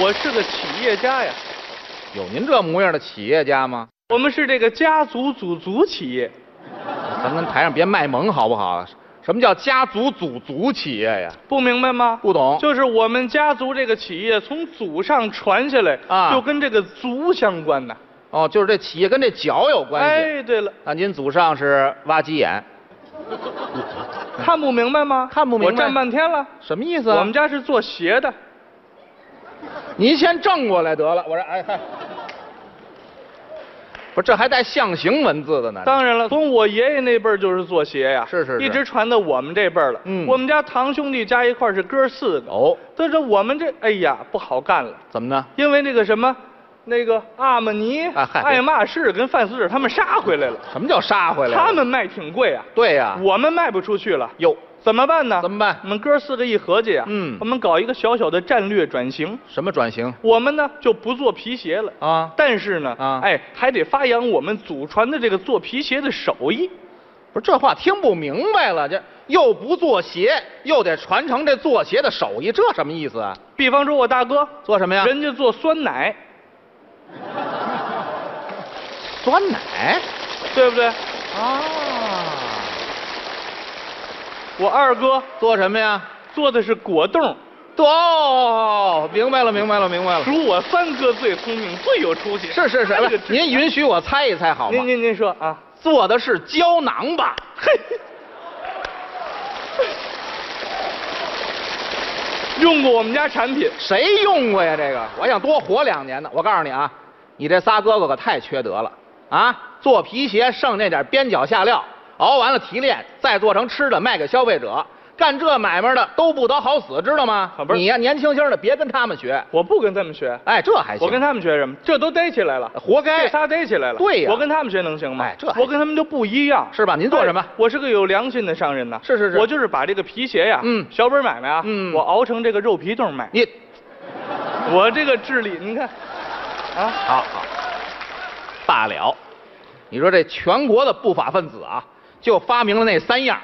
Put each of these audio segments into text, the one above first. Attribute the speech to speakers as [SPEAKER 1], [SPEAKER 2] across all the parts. [SPEAKER 1] 我是个企业家呀，
[SPEAKER 2] 有您这模样的企业家吗？
[SPEAKER 1] 我们是这个家族祖族企业，
[SPEAKER 2] 咱跟台上别卖萌好不好？啊什么叫家族祖族企业呀？
[SPEAKER 1] 不明白吗？
[SPEAKER 2] 不懂
[SPEAKER 1] 就是我们家族这个企业从祖上传下来
[SPEAKER 2] 啊
[SPEAKER 1] 就跟这个族相关呐。
[SPEAKER 2] 哦，就是这企业跟这脚有关系。
[SPEAKER 1] 哎，对了，
[SPEAKER 2] 那您祖上是挖鸡眼，
[SPEAKER 1] 看不明白吗？
[SPEAKER 2] 看不明白
[SPEAKER 1] 我站半天了。
[SPEAKER 2] 什么意思啊？
[SPEAKER 1] 我们家是做鞋的，
[SPEAKER 2] 您先正过来得了。我说，哎嗨，不是这还带象形文字的呢。
[SPEAKER 1] 当然了，从我爷爷那辈儿就是做鞋呀，
[SPEAKER 2] 是是是
[SPEAKER 1] 一直传到我们这辈儿了。
[SPEAKER 2] 嗯
[SPEAKER 1] 我们家堂兄弟加一块儿是哥四个，
[SPEAKER 2] 哦，
[SPEAKER 1] 但是我们这哎呀不好干了，
[SPEAKER 2] 怎么呢？
[SPEAKER 1] 因为那个什么，那个阿玛尼、
[SPEAKER 2] 啊嗨
[SPEAKER 1] 爱马仕跟范思哲他们杀回来了，
[SPEAKER 2] 什么叫杀回来了？
[SPEAKER 1] 他们卖挺贵啊，
[SPEAKER 2] 对呀、
[SPEAKER 1] 我们卖不出去了，
[SPEAKER 2] 哟，
[SPEAKER 1] 怎么办呢？
[SPEAKER 2] 怎么办
[SPEAKER 1] 我们哥四个一合计啊，
[SPEAKER 2] 嗯
[SPEAKER 1] 我们搞一个小小的战略转型，
[SPEAKER 2] 什么转型
[SPEAKER 1] 我们呢就不做皮鞋了。
[SPEAKER 2] 啊？
[SPEAKER 1] 但是呢，
[SPEAKER 2] 啊
[SPEAKER 1] 哎，还得发扬我们祖传的这个做皮鞋的手艺。
[SPEAKER 2] 不是这话听不明白了，这又不做鞋，又得传承这做鞋的手艺，这什么意思啊？
[SPEAKER 1] 比方说，我大哥，
[SPEAKER 2] 做什么呀？
[SPEAKER 1] 人家做酸奶，
[SPEAKER 2] 酸奶
[SPEAKER 1] 对不对？
[SPEAKER 2] 啊？
[SPEAKER 1] 我二哥
[SPEAKER 2] 做什么呀？
[SPEAKER 1] 做的是果冻，
[SPEAKER 2] 做哦，明白了，明白了，明白了。
[SPEAKER 1] 数我三哥最聪明，最有出息。
[SPEAKER 2] 是是是，
[SPEAKER 1] 他
[SPEAKER 2] 不
[SPEAKER 1] 这个
[SPEAKER 2] 是
[SPEAKER 1] 知
[SPEAKER 2] 您允许我猜一猜好吗
[SPEAKER 1] 您？您您说啊，
[SPEAKER 2] 做的是胶囊吧？
[SPEAKER 1] 嘿，用过我们家产品，
[SPEAKER 2] 谁用过呀？这个，我想多活两年呢。我告诉你啊，你这仨哥哥可太缺德了啊！做皮鞋剩那点边角下料，熬完了提炼，再做成吃的卖给消费者，干这买卖的都不得好死，知道吗
[SPEAKER 1] 啊？不是
[SPEAKER 2] 你呀、年轻轻的别跟他们学。
[SPEAKER 1] 我不跟他们学，
[SPEAKER 2] 哎，这还行。
[SPEAKER 1] 我跟他们学什么？这都逮起来了，
[SPEAKER 2] 活该
[SPEAKER 1] 这仨逮起来了。
[SPEAKER 2] 对呀
[SPEAKER 1] 我跟他们学能行吗？
[SPEAKER 2] 哎这还
[SPEAKER 1] 我跟他们就不一样，
[SPEAKER 2] 是吧您做什么
[SPEAKER 1] 哎我是个有良心的商人呐。
[SPEAKER 2] 是是是
[SPEAKER 1] 我就是把这个皮鞋呀，
[SPEAKER 2] 嗯
[SPEAKER 1] 小本买卖啊，
[SPEAKER 2] 嗯
[SPEAKER 1] 我熬成这个肉皮冻卖。
[SPEAKER 2] 你
[SPEAKER 1] 我这个智力，你看，啊，
[SPEAKER 2] 好好罢了。你说这全国的不法分子啊，就发明了那三样，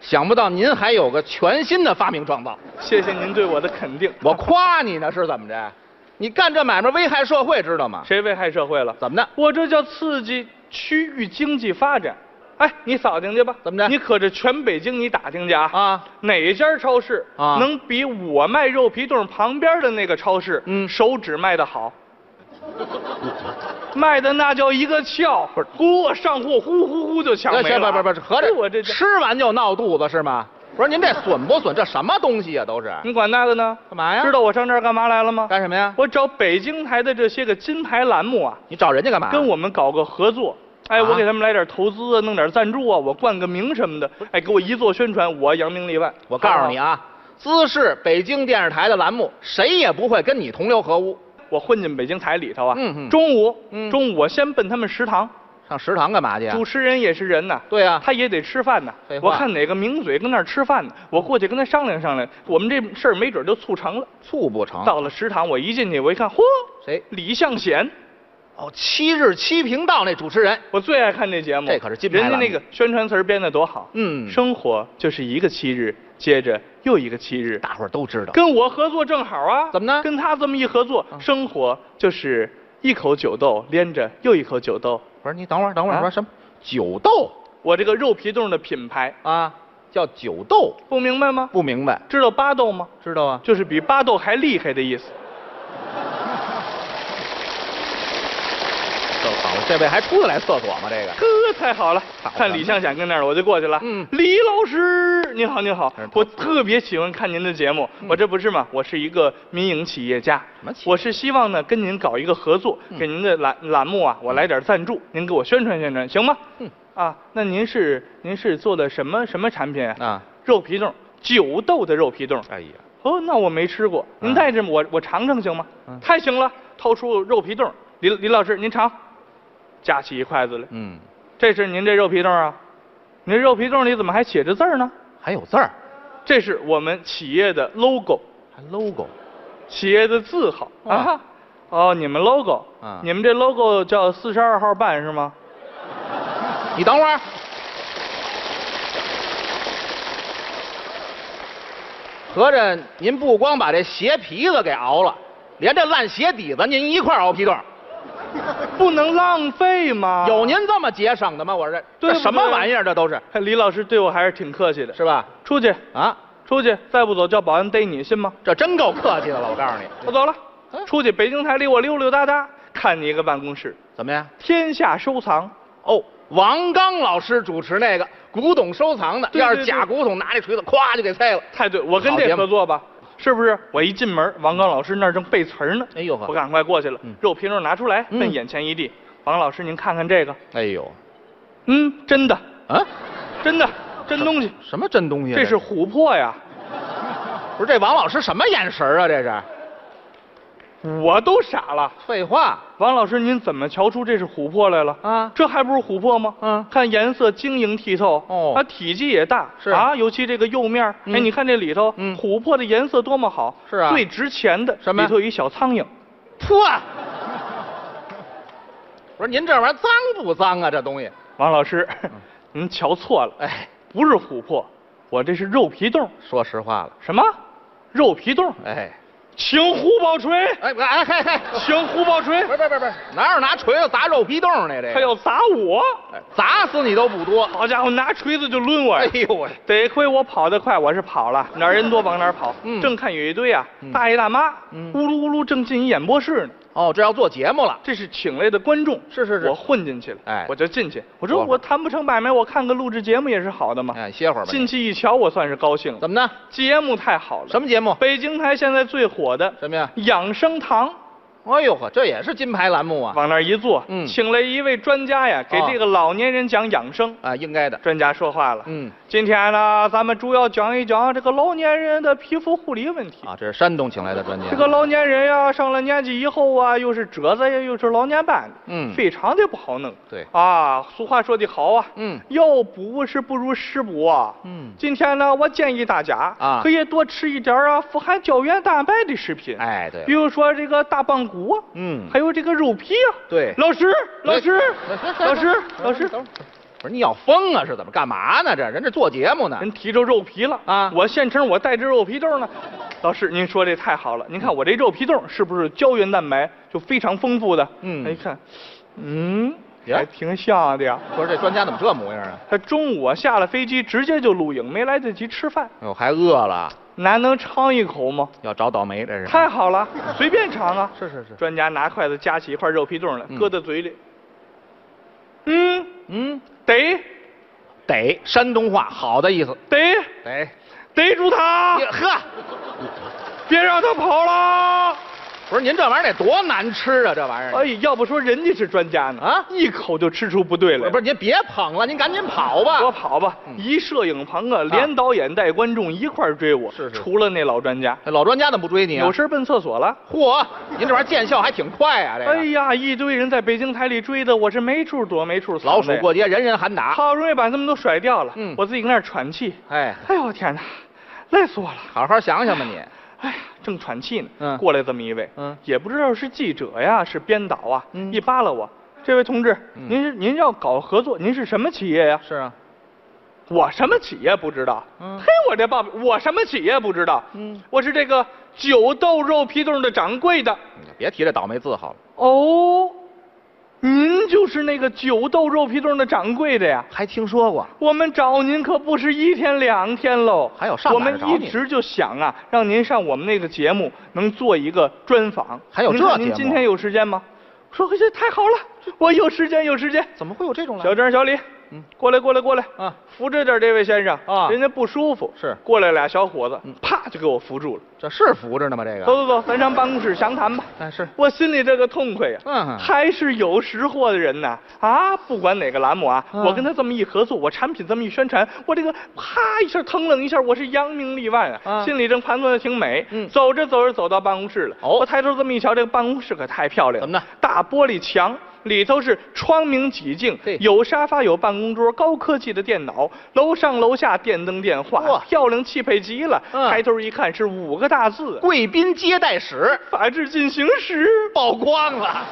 [SPEAKER 2] 想不到您还有个全新的发明创造。
[SPEAKER 1] 谢谢您对我的肯定。啊
[SPEAKER 2] 我夸你呢，是怎么着？你干这买卖危害社会，知道吗？
[SPEAKER 1] 谁危害社会了？
[SPEAKER 2] 怎么的？
[SPEAKER 1] 我这叫刺激区域经济发展。哎，你扫听去吧。
[SPEAKER 2] 怎么着
[SPEAKER 1] 你可这全北京你打听去啊！
[SPEAKER 2] 啊，
[SPEAKER 1] 哪家超市
[SPEAKER 2] 啊
[SPEAKER 1] 能比我卖肉皮冻旁边的那个超市，
[SPEAKER 2] 嗯
[SPEAKER 1] 手指卖的好？卖的那叫一个俏，不是，呼上货，呼呼呼就抢没
[SPEAKER 2] 行
[SPEAKER 1] 了。
[SPEAKER 2] 不不不，合着
[SPEAKER 1] 哎我这这，
[SPEAKER 2] 吃完就闹肚子是吗？不是您这损不损？这什么东西呀、都是
[SPEAKER 1] 你管那个呢？
[SPEAKER 2] 干哎嘛呀？哎
[SPEAKER 1] 知道我上这儿嗯干嘛来了吗？
[SPEAKER 2] 干什么呀？
[SPEAKER 1] 我找北京台的这些个金牌栏目啊，
[SPEAKER 2] 你找人家干嘛？
[SPEAKER 1] 跟我们搞个合作。哎，
[SPEAKER 2] 啊
[SPEAKER 1] 我给他们来点投资啊，弄点赞助啊，我冠个名什么的。哎，给我一做宣传，我扬名立万。
[SPEAKER 2] 我告诉你
[SPEAKER 1] 啊，
[SPEAKER 2] 啊，姿势北京电视台的栏目，谁也不会跟你同流合污。
[SPEAKER 1] 我混进北京台里头啊。
[SPEAKER 2] 嗯嗯
[SPEAKER 1] 中午，
[SPEAKER 2] 嗯
[SPEAKER 1] 中午我先奔他们食堂，
[SPEAKER 2] 上食堂干嘛去啊
[SPEAKER 1] 主？持人也是人呐，
[SPEAKER 2] 对啊，
[SPEAKER 1] 他也得吃饭呐
[SPEAKER 2] 废。话
[SPEAKER 1] 我看哪个名嘴跟那儿吃饭呢，我过去跟他商量商量，我们这事儿没准就促成了。
[SPEAKER 2] 醋不成。
[SPEAKER 1] 到了食堂，我一进去，我一看，嚯，
[SPEAKER 2] 谁？
[SPEAKER 1] 李向显，
[SPEAKER 2] 哦，七日七频道那主持人。
[SPEAKER 1] 我最爱看这节目。
[SPEAKER 2] 这可是金牌
[SPEAKER 1] 人家
[SPEAKER 2] 栏目
[SPEAKER 1] 那个宣传词儿编的多好。
[SPEAKER 2] 嗯，
[SPEAKER 1] 生活就是一个七日，接着又一个七日，
[SPEAKER 2] 大伙儿都知道。
[SPEAKER 1] 跟我合作正好啊。
[SPEAKER 2] 怎么呢嗯
[SPEAKER 1] 跟他这么一合作，生活就是一口酒豆连着又一口酒豆。
[SPEAKER 2] 不是你等会儿，等会
[SPEAKER 1] 啊
[SPEAKER 2] 儿，说什么？酒豆
[SPEAKER 1] 我这个肉皮冻的品牌，
[SPEAKER 2] 啊，叫酒豆，
[SPEAKER 1] 不明白吗？
[SPEAKER 2] 不明白。
[SPEAKER 1] 知道巴豆吗？
[SPEAKER 2] 知道啊，
[SPEAKER 1] 就是比巴豆还厉害的意思。
[SPEAKER 2] 这好，这位还出得来厕所吗？这个
[SPEAKER 1] 呵，太好了！
[SPEAKER 2] 好
[SPEAKER 1] 看李向显跟那儿，我就过去了。
[SPEAKER 2] 嗯哎
[SPEAKER 1] 李老师，你好，你好
[SPEAKER 2] 这是，头
[SPEAKER 1] 我特别喜欢看您的节目。我这不是嘛，我是一个民营企业家，
[SPEAKER 2] 什嗯么企嗯业
[SPEAKER 1] 我是希望呢跟您搞一个合作，给您的栏栏目啊，我来点赞助，您给我宣传宣传，行吗？
[SPEAKER 2] 嗯
[SPEAKER 1] 啊，那您是您是做的什么什么产品？
[SPEAKER 2] 啊，
[SPEAKER 1] 肉皮冻，酒豆的肉皮冻。
[SPEAKER 2] 哎呀，
[SPEAKER 1] 哦，那我没吃过，您
[SPEAKER 2] 嗯
[SPEAKER 1] 带着我我尝尝行吗？
[SPEAKER 2] 嗯
[SPEAKER 1] 太行了，掏出肉皮冻，李李老师您尝，夹起一筷子来。
[SPEAKER 2] 嗯，
[SPEAKER 1] 这是您这肉皮冻啊？您这肉皮冻里怎么还写着字儿呢？
[SPEAKER 2] 还有字儿，
[SPEAKER 1] 这是我们企业的 logo，
[SPEAKER 2] 还 logo，
[SPEAKER 1] 企业的字号
[SPEAKER 2] 哇
[SPEAKER 1] 啊。哦，你们 logo，、
[SPEAKER 2] 啊
[SPEAKER 1] 你们这 logo 叫四十二号办是吗？
[SPEAKER 2] 你等会儿。合着您不光把这鞋皮子给熬了，连这烂鞋底子您一块儿熬皮冻，
[SPEAKER 1] 不能浪费吗？
[SPEAKER 2] 有您这么节省的吗？我这
[SPEAKER 1] 对不对
[SPEAKER 2] 这什么玩意儿？这都是
[SPEAKER 1] 哎李老师对我还是挺客气的。
[SPEAKER 2] 是吧？
[SPEAKER 1] 出去，
[SPEAKER 2] 啊，
[SPEAKER 1] 出去，再不走叫保安逮你，信吗？
[SPEAKER 2] 这真够客气的了，我告诉你，
[SPEAKER 1] 我走了
[SPEAKER 2] 嗯，
[SPEAKER 1] 出去北京台里我溜溜达达，看你一个办公室，
[SPEAKER 2] 怎么样？
[SPEAKER 1] 天下收藏。
[SPEAKER 2] 哦，王刚老师主持那个古董收藏的，
[SPEAKER 1] 对对
[SPEAKER 2] 要是
[SPEAKER 1] 对
[SPEAKER 2] 假古董，拿这锤子咵就给碎了。
[SPEAKER 1] 太对，我跟
[SPEAKER 2] 好节
[SPEAKER 1] 这
[SPEAKER 2] 目
[SPEAKER 1] 合作吧，是不是？我一进门，王刚老师那儿正背词儿呢，
[SPEAKER 2] 哎呦呵
[SPEAKER 1] 我赶快过去了
[SPEAKER 2] 嗯，
[SPEAKER 1] 肉皮肉拿出来，
[SPEAKER 2] 嗯
[SPEAKER 1] 奔眼前一地。王老师，您看看这个，
[SPEAKER 2] 哎呦，
[SPEAKER 1] 嗯，真的，
[SPEAKER 2] 啊，
[SPEAKER 1] 真的，真东西，
[SPEAKER 2] 什么真东西啊？
[SPEAKER 1] 这是琥珀呀！
[SPEAKER 2] 不是这王老师什么眼神啊？这是嗯
[SPEAKER 1] 我都傻了，
[SPEAKER 2] 废话
[SPEAKER 1] 王老师，您怎么瞧出这是琥珀来了？
[SPEAKER 2] 啊！
[SPEAKER 1] 这还不是琥珀吗？
[SPEAKER 2] 嗯
[SPEAKER 1] 看颜色晶莹剔透，
[SPEAKER 2] 哦
[SPEAKER 1] 它体积也大，
[SPEAKER 2] 是
[SPEAKER 1] 啊，尤其这个釉面儿，
[SPEAKER 2] 嗯
[SPEAKER 1] 哎，你看这里头，
[SPEAKER 2] 嗯
[SPEAKER 1] 琥珀的颜色多么好，
[SPEAKER 2] 是啊
[SPEAKER 1] 最值钱的
[SPEAKER 2] 什么呀
[SPEAKER 1] 里头有一小苍蝇，
[SPEAKER 2] 破！ 我说您这玩意儿脏不脏啊？这东西，
[SPEAKER 1] 王老师，
[SPEAKER 2] 嗯
[SPEAKER 1] 您瞧错了，
[SPEAKER 2] 哎，
[SPEAKER 1] 不是琥珀，我这是肉皮冻，
[SPEAKER 2] 说实话了，
[SPEAKER 1] 什么？肉皮冻，
[SPEAKER 2] 哎，
[SPEAKER 1] 请胡宝锤，
[SPEAKER 2] 哎哎嘿嘿，
[SPEAKER 1] 请胡宝锤
[SPEAKER 2] 不，是不是不是，哪有拿锤子砸肉皮冻呢？这
[SPEAKER 1] 他
[SPEAKER 2] 个，
[SPEAKER 1] 要砸我，
[SPEAKER 2] 哎砸死你都不多。
[SPEAKER 1] 好家伙，拿锤子就抡我
[SPEAKER 2] 哎
[SPEAKER 1] 呀！
[SPEAKER 2] 呦喂，
[SPEAKER 1] 得亏我跑得快，我是跑了，哪儿人多往哪儿跑。
[SPEAKER 2] 嗯
[SPEAKER 1] 正看有一堆啊，
[SPEAKER 2] 嗯
[SPEAKER 1] 大爷大妈，
[SPEAKER 2] 嗯
[SPEAKER 1] 呜噜呜噜正进一演播室呢。
[SPEAKER 2] 哦，这要做节目了。
[SPEAKER 1] 这是请来的观众，
[SPEAKER 2] 是是是
[SPEAKER 1] 我混进去了，
[SPEAKER 2] 哎
[SPEAKER 1] 我就进去。我说
[SPEAKER 2] 多好
[SPEAKER 1] 我谈不成买卖，我看个录制节目也是好的嘛。
[SPEAKER 2] 哎，歇会儿吧。
[SPEAKER 1] 进去一瞧，我算是高兴了。
[SPEAKER 2] 怎么呢？
[SPEAKER 1] 节目太好了？
[SPEAKER 2] 嗯什么节目？
[SPEAKER 1] 北京台现在最火的
[SPEAKER 2] 什么呀？
[SPEAKER 1] 养生堂，
[SPEAKER 2] 哎呦呵，这也是金牌栏目啊！
[SPEAKER 1] 往那儿一坐，
[SPEAKER 2] 嗯
[SPEAKER 1] 请来一位专家呀，给
[SPEAKER 2] 哦
[SPEAKER 1] 这个老年人讲养生。
[SPEAKER 2] 啊，应该的。
[SPEAKER 1] 专家说话了，
[SPEAKER 2] 嗯，
[SPEAKER 1] 今天呢，咱们主要讲一讲这个老年人的皮肤护理问题。
[SPEAKER 2] 啊，这是山东请来的专家。
[SPEAKER 1] 这个老年人呀，上了年纪以后啊，又是褶子呀，又是老年斑，
[SPEAKER 2] 嗯
[SPEAKER 1] 非常的不好弄。
[SPEAKER 2] 对
[SPEAKER 1] 啊，俗话说得好啊，
[SPEAKER 2] 嗯
[SPEAKER 1] 药补是不如食补啊。
[SPEAKER 2] 嗯
[SPEAKER 1] 今天呢，我建议大家
[SPEAKER 2] 啊
[SPEAKER 1] 可以多吃一点儿啊富含胶原蛋白的食品，，
[SPEAKER 2] 哎，对
[SPEAKER 1] 比，如说这个大棒骨啊，
[SPEAKER 2] 嗯
[SPEAKER 1] 嗯还有这个肉皮啊。
[SPEAKER 2] 对
[SPEAKER 1] 老师，老师
[SPEAKER 2] 哎哎，哎
[SPEAKER 1] 老师，
[SPEAKER 2] 哎
[SPEAKER 1] 老师
[SPEAKER 2] 等，会儿不是你要疯啊？是怎么干嘛呢？这人这做节目呢。
[SPEAKER 1] 人提着肉皮了
[SPEAKER 2] 啊
[SPEAKER 1] 我现成我带着肉皮 冻呢。老师，您说这太好了，您看我这肉皮冻是不是胶原蛋白就非常丰富的？
[SPEAKER 2] 嗯
[SPEAKER 1] 哎一看，嗯，
[SPEAKER 2] 呀
[SPEAKER 1] 还挺像的呀。
[SPEAKER 2] 不是这专家怎么这模样啊？
[SPEAKER 1] 他中午啊下了飞机直接就录影，没来得及吃饭，
[SPEAKER 2] 哎呦，还饿了，
[SPEAKER 1] 难能尝一口吗？
[SPEAKER 2] 要找倒霉这是。
[SPEAKER 1] 太好了，随便尝啊。
[SPEAKER 2] 是是是
[SPEAKER 1] 专家拿筷子夹起一块肉皮冻来，
[SPEAKER 2] 嗯
[SPEAKER 1] 搁在嘴里。嗯，
[SPEAKER 2] 嗯，
[SPEAKER 1] 逮
[SPEAKER 2] 得山东话好的意思。
[SPEAKER 1] 逮
[SPEAKER 2] 得，
[SPEAKER 1] 逮住他，
[SPEAKER 2] 呵，
[SPEAKER 1] 别让他跑了。
[SPEAKER 2] 不是您这玩意儿得多难吃啊？这玩意
[SPEAKER 1] 哎
[SPEAKER 2] 儿。，
[SPEAKER 1] 要不说人家是专家呢
[SPEAKER 2] 啊
[SPEAKER 1] 一口就吃出不对来。
[SPEAKER 2] 不是，您别捧了，您赶紧跑吧。
[SPEAKER 1] 我跑吧，
[SPEAKER 2] 嗯
[SPEAKER 1] 一摄影棚啊，连导演带观众一块儿追我。
[SPEAKER 2] 是是
[SPEAKER 1] 除了那老专家，
[SPEAKER 2] 这老专家怎么不追你啊？
[SPEAKER 1] 有事儿奔厕所了。
[SPEAKER 2] 嚯，您这玩意儿见效还挺快啊！这个、
[SPEAKER 1] 哎呀，一堆人在北京台里追的，我是没处躲，没处藏的
[SPEAKER 2] 老鼠过街，人人喊打。
[SPEAKER 1] 好容易把他们都甩掉了。
[SPEAKER 2] 嗯
[SPEAKER 1] 我自己搁那儿喘气。
[SPEAKER 2] 哎，
[SPEAKER 1] 哎呦我天哪，累死我了。
[SPEAKER 2] 好好想想吧你。
[SPEAKER 1] 哎呀，正喘气呢，
[SPEAKER 2] 嗯
[SPEAKER 1] 过来这么一位，
[SPEAKER 2] 嗯
[SPEAKER 1] 也不知道是记者呀，是编导啊，
[SPEAKER 2] 嗯
[SPEAKER 1] 一扒拉我，这位同志，
[SPEAKER 2] 嗯
[SPEAKER 1] 您是您要搞合作，您是什么企业呀？
[SPEAKER 2] 是啊，
[SPEAKER 1] 我什么企业不知道？
[SPEAKER 2] 嗯
[SPEAKER 1] 嘿，我这报表我什么企业不知道？
[SPEAKER 2] 嗯
[SPEAKER 1] 我是这个酒豆肉皮冻的掌柜的。
[SPEAKER 2] 你别提这倒霉字好了。
[SPEAKER 1] 哦，您就是那个酒豆肉皮冻的掌柜的呀？
[SPEAKER 2] 还听说过？
[SPEAKER 1] 我们找您可不是一天两天喽，
[SPEAKER 2] 还有上
[SPEAKER 1] 我
[SPEAKER 2] 哪儿
[SPEAKER 1] 们
[SPEAKER 2] 找
[SPEAKER 1] 一
[SPEAKER 2] 你
[SPEAKER 1] 直就想啊，让您上我们那个节目，能做一个专访。
[SPEAKER 2] 还有
[SPEAKER 1] 您
[SPEAKER 2] 这
[SPEAKER 1] 看您
[SPEAKER 2] 节目
[SPEAKER 1] 今天有时间吗？说这太好了，我有时间有时间。
[SPEAKER 2] 怎么会有这种
[SPEAKER 1] 小郑、小李，
[SPEAKER 2] 嗯
[SPEAKER 1] 过来过来过来，
[SPEAKER 2] 啊，
[SPEAKER 1] 扶着点儿这位先生
[SPEAKER 2] 啊
[SPEAKER 1] 人家不舒服。
[SPEAKER 2] 是
[SPEAKER 1] 过来俩小伙子
[SPEAKER 2] 嗯，
[SPEAKER 1] 啪就给我扶住了。
[SPEAKER 2] 这是扶着呢吗？这
[SPEAKER 1] 走走
[SPEAKER 2] 个？
[SPEAKER 1] 走，咱上办公室详谈吧。
[SPEAKER 2] 哎，是。
[SPEAKER 1] 我心里这个痛快呀、
[SPEAKER 2] 嗯
[SPEAKER 1] 还是有识货的人呐！啊，不管哪个栏目啊，
[SPEAKER 2] 嗯
[SPEAKER 1] 我跟他这么一合作，我产品这么一宣传，我这个啪一下腾楞一下，我是扬名立万啊！
[SPEAKER 2] 嗯
[SPEAKER 1] 心里正盘算的挺美，
[SPEAKER 2] 嗯
[SPEAKER 1] 走着走着走到办公室了，
[SPEAKER 2] 哦
[SPEAKER 1] 我抬头这么一瞧，这个办公室可太漂亮了，
[SPEAKER 2] 怎么呢？
[SPEAKER 1] 大玻璃墙。里头是窗明几净
[SPEAKER 2] 嘿，
[SPEAKER 1] 有沙发，有办公桌，高科技的电脑，楼上楼下电灯电话
[SPEAKER 2] 哇，
[SPEAKER 1] 漂亮气派极了。
[SPEAKER 2] 嗯
[SPEAKER 1] 抬头一看是五个大字：
[SPEAKER 2] 贵宾接待室
[SPEAKER 1] 法制进行时。
[SPEAKER 2] 曝光了。